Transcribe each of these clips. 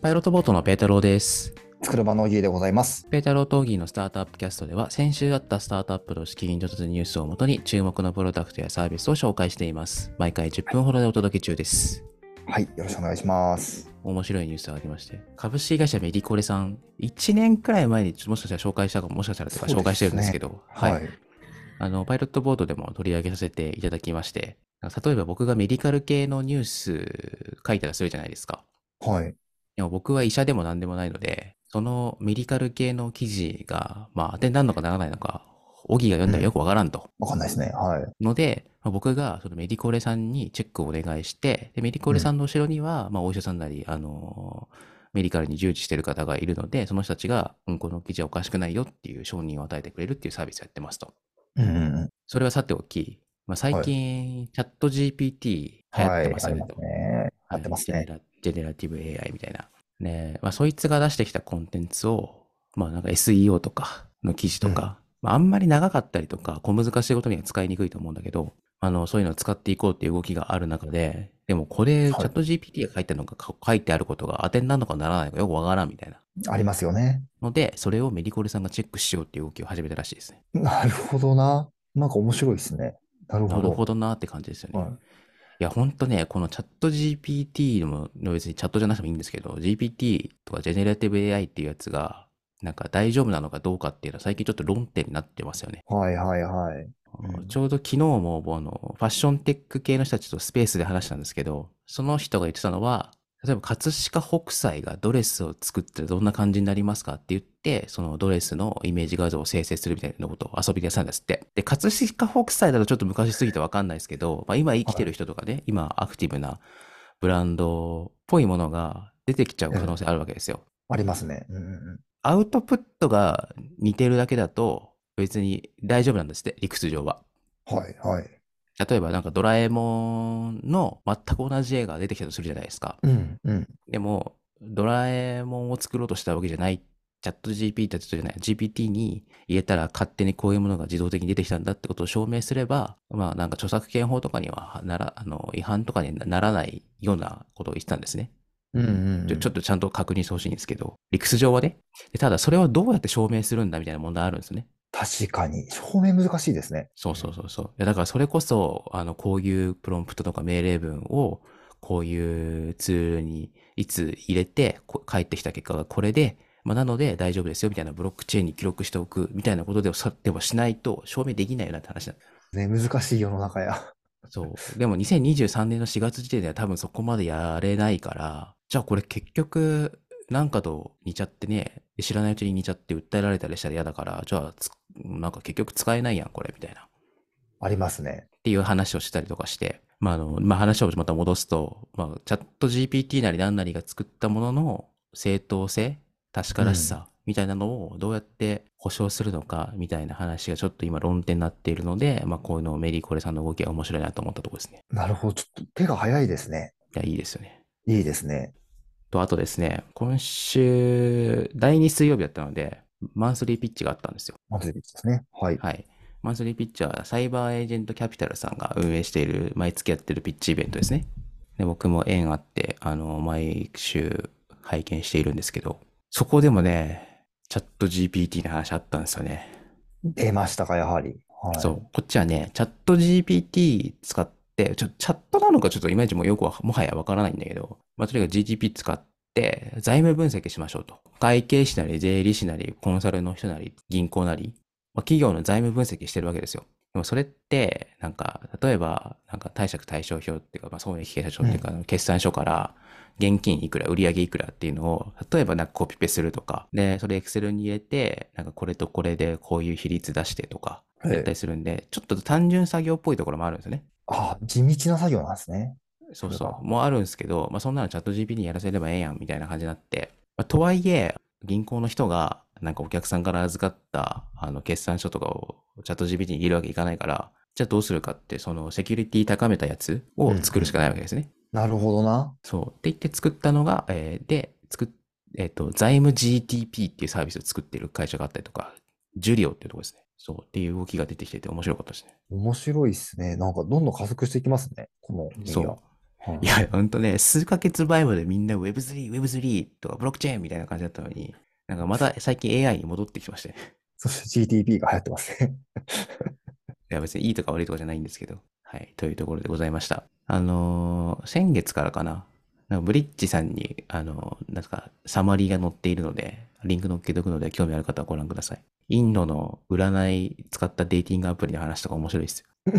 パイロットボートのペータローです。作る場のおぎでございます。ペータローとオギーのスタートアップキャストでは、先週あったスタートアップの資金に突然ニュースをもとに、注目のプロダクトやサービスを紹介しています。毎回10分ほどでお届け中です。はい、よろしくお願いします。面白いニュースがありまして、株式会社メディコレさん、1年くらい前にもしかしたら紹介したかも、もしかしたらとかそうですね紹介してるんですけど、はい、はい。あの、パイロットボードでも取り上げさせていただきまして、例えば僕がメディカル系のニュース書いたらするじゃないですか。はい。でも僕は医者でも何でもないので、そのメディカル系の記事が、まあ当てになるのかならないのか、オギが読んだらよくわからんと。わかんないですね。はい。ので、まあ僕がそのメディコレさんにチェックをお願いして、でメディコレさんの後ろには、まあお医者さんなり、あのーメディカルに従事してる方がいるので、その人たちが、うん、この記事はおかしくないよっていう承認を与えてくれるっていうサービスをやってますと。うんうんうん。それはさておき、まあ、最近、チャット GPT 流行はってい。ますよね。とね。合ってますはいねジ。ェネラジェネラティブ AI みたいな。ねまあ、そいつが出してきたコンテンツを、まあなんか SEO とかの記事とか、まあ、あんまり長かったりとか、小難しいことには使いにくいと思うんだけど、あの、そういうのを使っていこうっていう動きがある中で、でもこれ、はいチャット GPT が書いてあるのか、か書いてあることが当てになるのかならないのかよくわからんみたいな。ありますよね。ので、それをメディコルさんがチェックしようっていう動きを始めたらしいですね。なるほどな。なんか面白いですね。なるなほるど。ほどなーって感じですよね。はいや、ほんとね、このチャット GPT でも、別にチャットじゃなくてもいいんですけど、GPT とかジェネラティブ AI っていうやつが、なんか大丈夫なのかどうかっていうのは最近ちょっと論点になってますよね。い。はいはいはい。うんちょうど昨日もあのファッションテック系の人たちとスペースで話したんですけど、その人が言ってたのは、例えば葛飾北斎がドレスを作ってどんな感じになりますかって言って、そのドレスのイメージ画像を生成するみたいなことを遊びでやってたんですって。で、葛飾北斎だとちょっと昔すぎてわかんないですけど、まあ、今生きてる人とかね、今アクティブなブランドっぽいものが出てきちゃう可能性あるわけですよ。ありますね。うんうんうん。アウトプットが似てるだけだと別に大丈夫なんですって、理屈上は。はいはい。例えばなんかドラえもんの全く同じ絵が出てきたとするじゃないですか。うんうん。でも、ドラえもんを作ろうとしたわけじゃない、チャット GPT だとじゃない、GPT に入れたら勝手にこういうものが自動的に出てきたんだってことを証明すれば、まあなんか著作権法とかにはなら、あの、違反とかにならないようなことを言ってたんですね。うんうんうん。ちょちょっとちゃんと確認してほしいんですけど、理屈上はね。でただそれをどうやって証明するんだみたいな問題あるんですよね。確かに。証明難しいですね。そうそうそうそう。いやだからそれこそ、あの、こういうプロンプトとか命令文を、こういうツールにいつ入れて、こ返ってきた結果がこれで、まあ、なので大丈夫ですよみたいなブロックチェーンに記録しておくみたいなことでもさでもしないと証明できないよなって話なんだ。ね、難しい世の中や。そう。でも2023年の4月時点では多分そこまでやれないから、じゃあこれ結局、なんかと似ちゃってね、知らないうちに似ちゃって訴えられたりしたら嫌だから、じゃあつ、なんか結局使えないやん、これ、みたいな。ありますね。っていう話をしたりとかして、まあ、あの、まあ、話をまた戻すと、まあ、チャット GPT なり何なりが作ったものの正当性、確からしさ、みたいなのをどうやって保証するのか、みたいな話がちょっと今論点になっているので、まあ、こういうのをメリーコレさんの動きが面白いなと思ったところですね。なるほど。ちょっと手が早いですね。いや、いいですよね。いいですね。と、あとですね、今週、第2水曜日だったので、マンスリーピッチがあったんですよ。マンスリーピッチですね。はい。はい。マンスリーピッチはサイバーエージェントキャピタルさんが運営している、毎月やってるピッチイベントですね。で、僕も縁あって、あの、毎週拝見しているんですけど、そこでもね、チャット GPT の話あったんですよね。出ましたか、やはり。はい、そう。こっちはね、チャット GPT 使って、ちょ、チャットなのかちょっとイメージもよくは、もはやわからないんだけど、まあ、とにかく GTP 使って、財務分析しましょうと。会計士なり、税理士なり、コンサルの人なり、銀行なり、まあ、企業の財務分析してるわけですよ。でもそれって、なんか、例えば、なんか貸借対照表っていうか、まあ、損益計算書っていうか、あの決算書から、現金いくら、売上いくらっていうのを、例えばなんかコピペするとか、で、それ Excel に入れて、なんかこれとこれでこういう比率出してとか、はいやったりするんで、ちょっと単純作業っぽいところもあるんですよね。ああ、地道な作業なんですね。そうそれそはう。もうあるんですけど、まあ、そんなのチャット GP にやらせればええやんみたいな感じになって、まあ、とはいえ、銀行の人が、なんかお客さんから預かったあの決算書とかをチャット GPT に入れるわけいかないから、じゃあどうするかって、そのセキュリティ高めたやつを作るしかないわけですね。なるほどな。そう。って言って作ったのが、えーで、作っ、えっ、と、財務 GTP っていうサービスを作ってる会社があったりとか、ジュリオっていうところですね。そう。っていう動きが出てきてて面白かったですね。面白いっすね。なんかどんどん加速していきますね。この分野そう。はいいや、ほんとね、数ヶ月前までみんな Web3、Web3 とかブロックチェーンみたいな感じだったのに、なんかまた最近 AI に戻ってきまして。いそして GTP が流行ってます ね。や、別にいいとか悪いとかじゃないんですけど。はい、というところでございました。あのー先月からかな、なんかブリッジさんに、あのーなんかサマリーが載っているので、リンク載っけとくので、興味ある方はご覧ください。インドの占い使ったデーティングアプリの話とか面白いで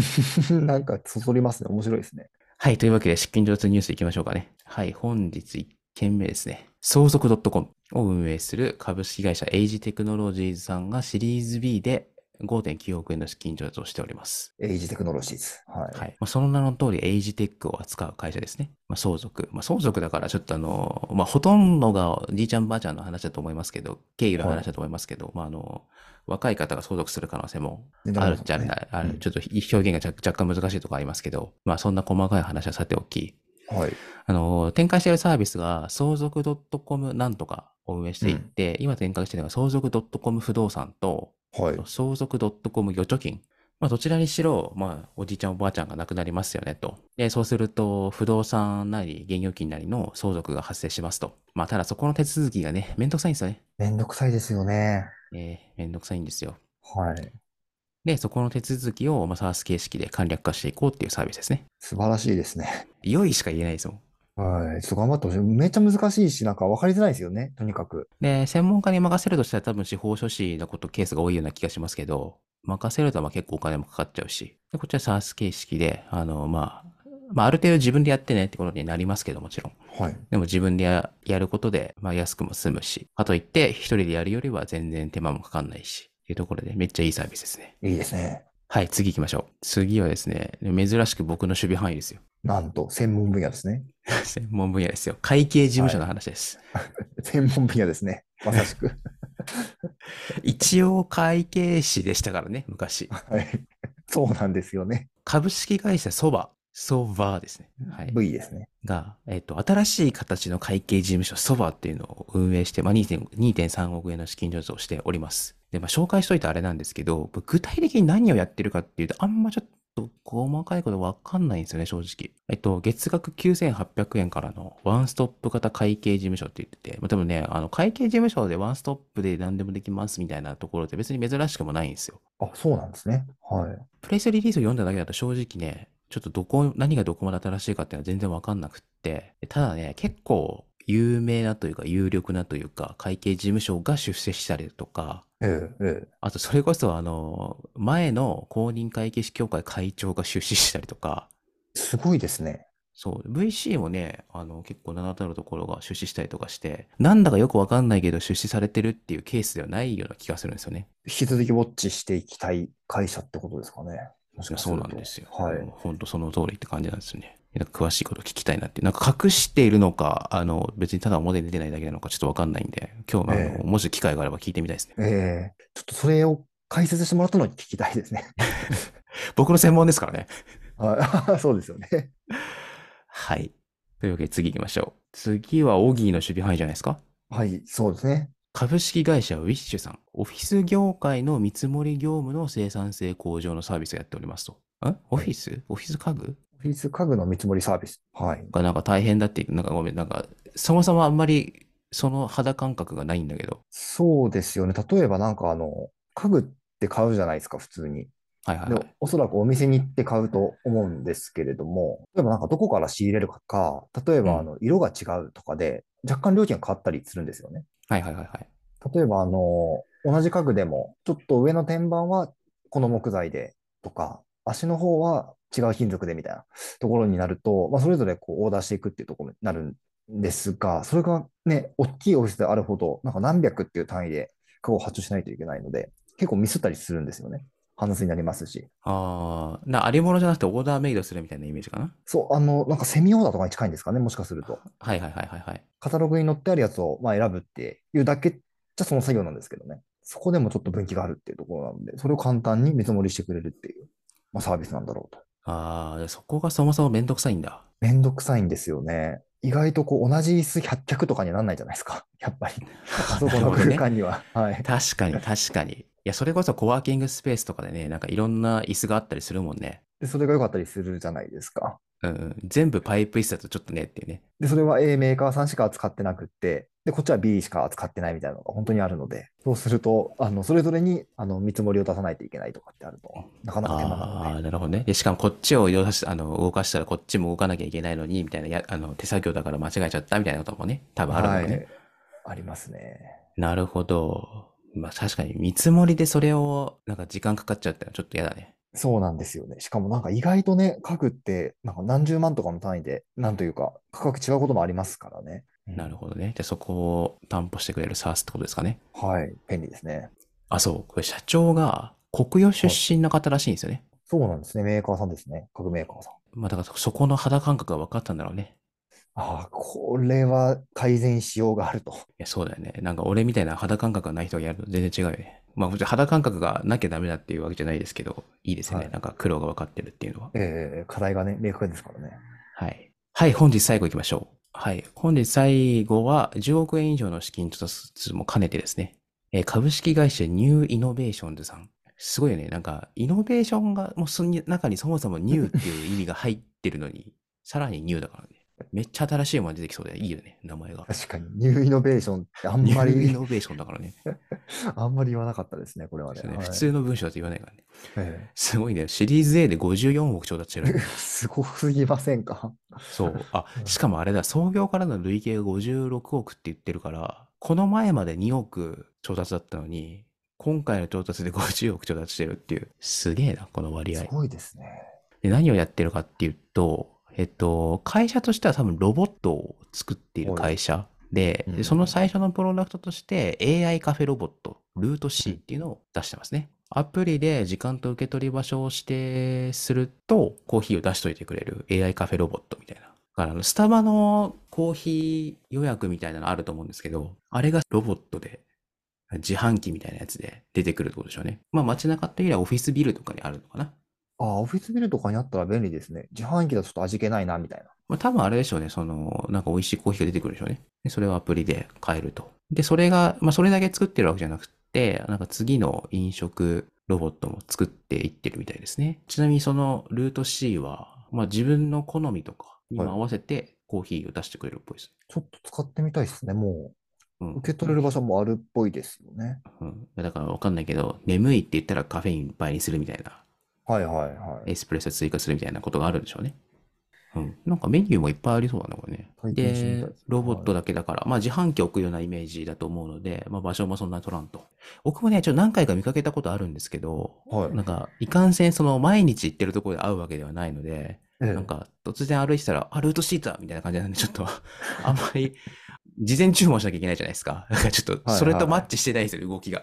すよ。なんか、そそりますね。面白いですね。はい、というわけで、出勤上通ニュースいきましょうかね。はい、本日1件目ですね。相続 .com を運営する株式会社エイジテクノロジーズさんがシリーズ B で5.9億円の資金調達をしております。エイジテクノロジーズ。はい。はい。まあ、その名の通り、エイジテックを扱う会社ですね。まあ、相続。まあ、相続だから、ちょっとあの、まあ、ほとんどがじいちゃんばあちゃんの話だと思いますけど、経緯の話だと思いますけど、まあ、あの、若い方が相続する可能性も全然あわるかんないっちゃあるねなあるうんちょっと表現が若若干難しいところありますけど、まあそんな細かい話はさておき、はい。あの、展開しているサービスが相続 .com なんとかを運営していて、今展開しているのが相続 .com 不動産とはい。相続 .com 預貯金。まあどちらにしろ、まあおじいちゃんおばあちゃんが亡くなりますよねと。で、そうすると不動産なり現預金なりの相続が発生しますと。まあただそこの手続きがね、めんどくさいんですよね。めんどくさいですよね。えー、めんどくさいんですよ。はい。で、そこの手続きを、まあ、サース形式で簡略化していこうっていうサービスですね。素晴らしいですね。良いしか言えないですもん。はい。ちょっと頑張ってほしい。めっちゃ難しいし、なんか分かりづらいですよね。とにかく。で、専門家に任せるとしたら多分司法書士のことケースが多いような気がしますけど、任せるとまあ結構お金もかかっちゃうし、でこっちはサース形式で、あの、まあ、まあ、ある程度自分でやってねってことになりますけどもちろん。はい。でも自分でややることで、まあ安くも済むし、かといって一人でやるよりは全然手間もかかんないし、っていうところでめっちゃいいサービスですね。いいですね。はい、次行きましょう。次はですね、珍しく僕の守備範囲ですよ。 なんと、専門分野ですね。専門分野ですよ。会計事務所の話です。専門分野ですね。まさしく。 一応会計士でしたからね、昔。はい。そうなんですよね。株式会社ソバ、ソバですね。はい。 V ですね。が、えっ、と、新しい形の会計事務所ソバっていうのを運営して、まあ、2.5 2.3億円の資金調達をしております。で、まあ、紹介しといたあれなんですけど、具体的に何をやってるかっていうと、あんまちょっと細かいことわかんないんですよね、正直。えっと、月額9800円からのワンストップ型会計事務所って言ってて、まあ、多分ね、あの、会計事務所でワンストップで何でもできますみたいなところって別に珍しくもないんですよ。あ、そうなんですね。はい。プレスリリースを読んだだけだと正直ね、ちょっとどこ、何がどこまで新しいかっていうのは全然わかんなくって、ただね、結構有名なというか、有力なというか、会計事務所が出世したりとか、ええ、えあとそれこそあの、前の公認会計士協会会長が出資したりとか、え。すごいですね。そう、VC もね、あの、結構名だたるところが出資したりとかして、なんだかよくわかんないけど出資されてるっていうケースではないような気がするんですよね。引き続きウォッチしていきたい会社ってことですかね。もしかそうるなとんですよ。はい。本当その通りって感じなんですよね。なんか詳しいこと聞きたいなって。なんか隠しているのか、あの、別にただ表に出てないだけなのかちょっとわかんないんで、今日、あの、ええもし機会があれば聞いてみたいですね。ええちょっとそれを解説してもらったのに聞きたいですね。 僕の専門ですからね。はい そうですよね。はい。というわけで次行きましょう。次はオギーの守備範囲じゃないですかはい、そうですね。株式会社ウィッシュさん、オフィス業界の見積もり業務の生産性向上のサービスをやっておりますと。んオフィスオフィス家具オフィス家具の見積もりサービス。はい。がなんか大変だって、なんかごめん、なんか、そもそもあんまりその肌感覚がないんだけど。そうですよね。例えばなんかあの、家具って買うじゃないですか、普通に。はいはい、はでい。、おそらくお店に行って買うと思うんですけれども、例えばなんかどこから仕入れるかか、例えうんばあの、色が違うとかで、若干料金が変わったりするんですよね。はいはいはいはい。例えば、あの、同じ家具でも、ちょっと上の天板はこの木材でとか、足の方は違う金属でみたいなところになると、まあ、それぞれこうオーダーしていくっていうところになるんですが、それがね、大きいオフィスであるほど、なんか何百っていう単位で家具を発注しないといけないので、結構ミスったりするんですよね。話になりますし。ああ、な、ありものじゃなくてオーダーメイドするみたいなイメージかな。そう、あの、なんかセミオーダーとかに近いんですかね、もしかすると。はいはいはいはいはい。カタログに載ってあるやつをまあ選ぶっていうだけじゃその作業なんですけどね。そこでもちょっと分岐があるっていうところなので、それを簡単に見積もりしてくれるっていう、まあ、サービスなんだろうと。ああ、そこがそもそもめんどくさいんだ。めんどくさいんですよね。意外とこう同じ椅子100脚とかにはなんないじゃないですか。やっぱり。あそこの空間には。はい。確 かに確かに。いや、それこそコワーキングスペースとかでね、なんかいろんな椅子があったりするもんね。で、それが良かったりするじゃないですか。うん、全部パイプ一冊ちょっとねっていうね。で、それは A メーカーさんしか扱ってなくって、で、こっちは B しか扱ってないみたいなのが本当にあるので、そうすると、あの、それぞれに、あの、見積もりを出さないといけないとかってあると、なかなか手間なので、ああ、なるほどね。で、しかもこっちを動かしあの動かしたらこっちも動かなきゃいけないのに、みたいなや、あの、手作業だから間違えちゃったみたいなこともね、多分あるのはね。い。ありますね。なるほど。まあ確かに見積もりでそれを、なんか時間かかっちゃうってのはちょっと嫌だね。そうなんですよね。しかもなんか意外とね、家具って、なんか何十万とかの単位で、なんというか、価格違うこともありますからね。なるほどね。じゃあそこを担保してくれる SARS ってことですかね。ほど。はい。便利ですね。あ、そう。これ社長が国与出身の方らしいんですよね。そうなんですね。メーカーさんですね。家具メーカーさん。まあだからそこの肌感覚が分かったんだろうね。ああ、これは改善しようがあると。いや、そうだよね。なんか俺みたいな肌感覚がない人がやると全然違うよね。まあもちろん肌感覚がなきゃダメだっていうわけじゃないですけど、いいですね。はいなんか苦労が分かってるっていうのは。ええ課題がね、明確ですからね。はい。はい、本日最後行きましょう。はい。本日最後は10億円以上の資金調達も兼ねてですね、えー株式会社ニューイノベーションズさん。すごいよね。なんか、イノベーションが、もうその中にそもそもニューっていう意味が入ってるのに、さらにニューだからね。めっちゃ新しいもの出てきそうでいいよね、名前が。確かに、ニューイノベーションってあんニュまーイり、ノベーションだからね。あんまり言わなかったですね、これはね。そうねはい普通の文章だと言わないからね。えすごいね。シリーズ A で54億調達してえる。 すごすぎませんかそう。あ、しかもあれだ、創業からの累計が56億って言ってるから、この前まで2億調達だったのに、今回の調達で50億調達してるっていう、すげえな、この割合す。ごいですね。で、何をやってるかっていうと、えっと、会社としては多分ロボットを作っている会社で、うんでその最初のプロダクトとして AI カフェロボット、ルート C っていうのを出してますね。アプリで時間と受け取り場所を指定すると、コーヒーを出しといてくれる AI カフェロボットみたいな。だからあの、スタバのコーヒー予約みたいなのあると思うんですけど、あれがロボットで、自販機みたいなやつで出てくるってことでしょうね。まあ街中というよりはオフィスビルとかにあるのかな。ああ、オフィスビルとかにあったら便利ですね。自販機だとちょっと味気ないな、みたいな。まあ、多分あれでしょうね。その、なんか美味しいコーヒーが出てくるでしょうね。でそれをアプリで買えると。で、それが、まあ、それだけ作ってるわけじゃなくて、なんか次の飲食ロボットも作っていってるみたいですね。ちなみにそのルート C は、まあ、自分の好みとかにもはい合わせてコーヒーを出してくれるっぽいです。ちょっと使ってみたいですね。もうう、ん受け取れる場所もあるっぽいですよね。うん。だからわかんないけど、眠いって言ったらカフェイン倍にするみたいな。はいはいはい。エスプレッソ追加するみたいなことがあるんでしょうね。うん。なんかメニューもいっぱいありそうだな、これね。体験してみたでいですね、ロボットだけだから、まあ自販機置くようなイメージだと思うので、まあ場所もそんなに取らんと。僕もね、ちょっと何回か見かけたことあるんですけど、はいなんか、いかんせんその毎日行ってるところで会うわけではないので、ええなんか突然歩いてたら、あ、ルートシートだみたいな感じなんで、ちょっと、 あんまり、事前注文しなきゃいけないじゃないですか。なんかちょっと、はいそれとマッチしてないですよね、動きが。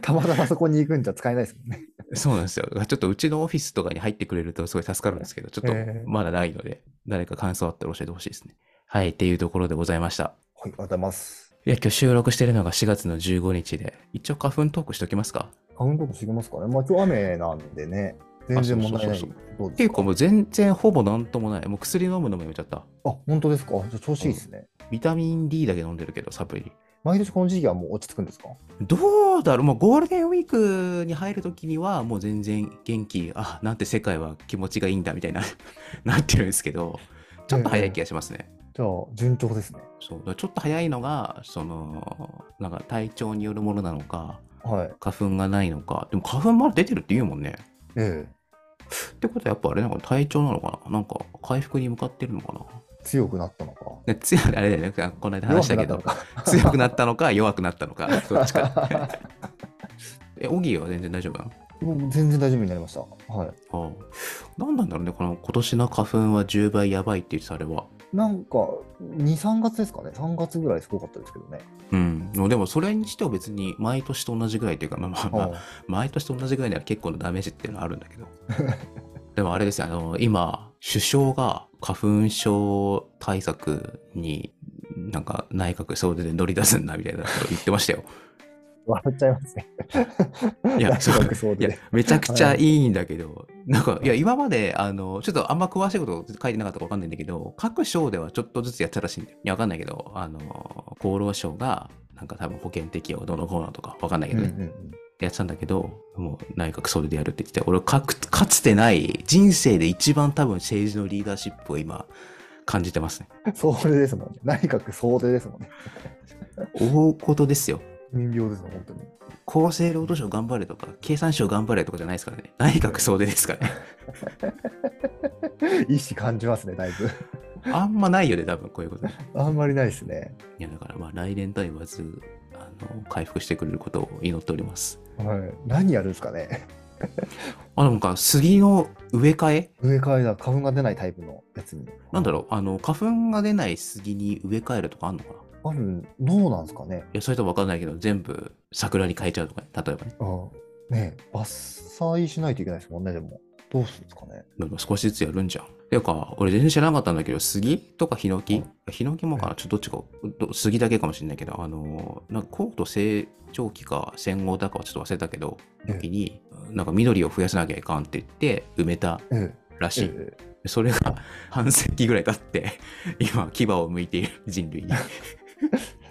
たまたまそこに行くんじゃ使えないですもん ね。そうなんですよ。だからちょっとうちのオフィスとかに入ってくれるとすごい助かるんですけど、ちょっとええまだないので、誰か感想あったら教えてほしいですね。はい、っていうところでございました。はい、ありがとうございます。いや、今日収録してるのが4月の15日で、一応花粉トークしときますかカウントとしてきますかね。まあ今日雨なんでね、全然問題ない。あそうそうどうです結か構もう全然ほぼなんともない。もう薬飲むのもやめちゃった。あ、本当ですか。じゃあ調子いいですね。ビタミン D だけ飲んでるけど、サプリ。毎年この時期はもう落ち着くんですかどうだろうもうゴールデンウィークに入るときには、もう全然元気、あ、なんて世界は気持ちがいいんだみたいな、 なってるんですけど、ちょっと早い気がしますね。じゃあ、順調ですね。そうだからちょっと早いのがそのなんか体調によるものなのかはい。花粉がないのかでも花粉まだ出てるって言うもんねええ。ってことはやっぱあれなんか体調なのかななんか回復に向かってるのかな強くなったのか。で強いあれだよねこの間話したけど弱くなったのか。強くなったのか弱くなったのか どっちかえオギーは全然大丈夫なの僕全然大丈夫になりました。はい。ああ何なんだろうねこの今年の花粉は10倍やばいって言ってたあれはなんか、2、3月ですかね。3月ぐらいすごかったですけどね。うんでもそれにしては別に毎年と同じぐらいっていうかまあまあまあ毎年と同じぐらいなら結構のダメージっていうのはあるんだ けどでもあれですよあの今首相が花粉症対策になんか内閣総出で乗り出すんだみたいなこと言ってました よ笑っちゃいます ね。いやそう大学総い出やで。めちゃくちゃいいんだけどなんかいや今まであのちょっとあんま詳しいこと書いてなかったか分かんないんだけど各省ではちょっとずつやってたらしいんだよいや分かんないけどあの厚労省がなんか多分保険適用どうのこうのとか分かんないけうんどうんね、うんやってたんだけど、もう内閣総出でやるって言ってて、俺はかくかつてない人生で一番多分政治のリーダーシップを今感じてますね。総出ですもんね。内閣総出ですもんね。大事ですよ。民病ですね、本当に。厚生労働省頑張れとか、経産省頑張れとかじゃないですからね。内閣総出ですからね。意思感じますね、だいぶ。 あんまないよね、多分こういうこと。いあんまりないですね。や、だからまあ来年とは言わず、あの、回復してくれることを祈っております。はい。何やるんですかね。あ、なんか杉の植え替え植え替えだ、花粉が出ないタイプのやつに。なんだろう、あの、花粉が出ない杉に植え替えるとかあんのかないある、どうなんですかね。や、それとわかんないけど、全部桜に変えちゃうとかね、例えばね。あねえ伐採しないといけないですもんね、でも。どうするんですかね。でも少しずつやるんじゃん。ていうか、俺全然知らなかったんだけど、杉とかヒノキヒノキもかなちょっとどっちか、ど杉だけかもしれないけど、あのー、なんか高度成長期か戦後だかはちょっと忘れたけど、ええ時に、なんか緑を増やさなきゃいかんって言って埋めたええらしい。えそれが 半世紀ぐらい経って、今、牙を向いている人類 に。え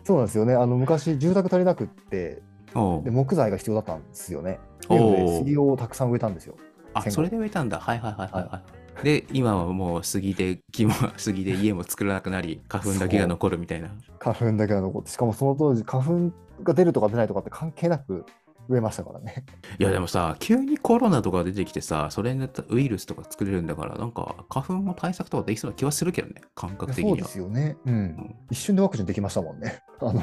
そうなんですよね。あの昔、住宅足りなくっておうで、木材が必要だったんですよね。なのおーで、杉をたくさん植えたんですよ。あ、戦後それで植えたんだ。はいはいはいはいはい。で、今はもう杉で、木も杉で家も作らなくなり、花粉だけが残るみたいな。花粉だけが残って、しかもその当時、花粉が出るとか出ないとかって関係なく植えましたからね。いやでもさ、急にコロナとか出てきてさ、それになったウイルスとか作れるんだから、なんか花粉も対策とかできそうな気はするけどね、感覚的そうにでは。すよね。うん。一瞬でワクチンできましたもんね。あの、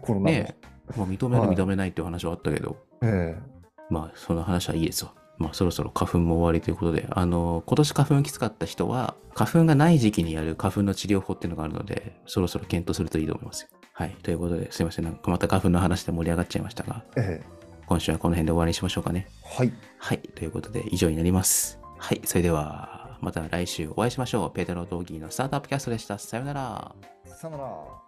コロナの。ねえ、まあ、認めるはい認めないっていう話はあったけど、ええまあその話はいいですわ。まあそろそろ花粉も終わりということで、あの、今年花粉きつかった人は、花粉がない時期にやる花粉の治療法っていうのがあるので、そろそろ検討するといいと思いますよ。はい、ということですいません、なんかまた花粉の話で盛り上がっちゃいましたが、ええ今週はこの辺で終わりにしましょうかね。はい。はい、ということで以上になります。はい、それではまた来週お会いしましょう。ペテロ・ドーギーのスタートアップキャストでした。さようなら。さよなら。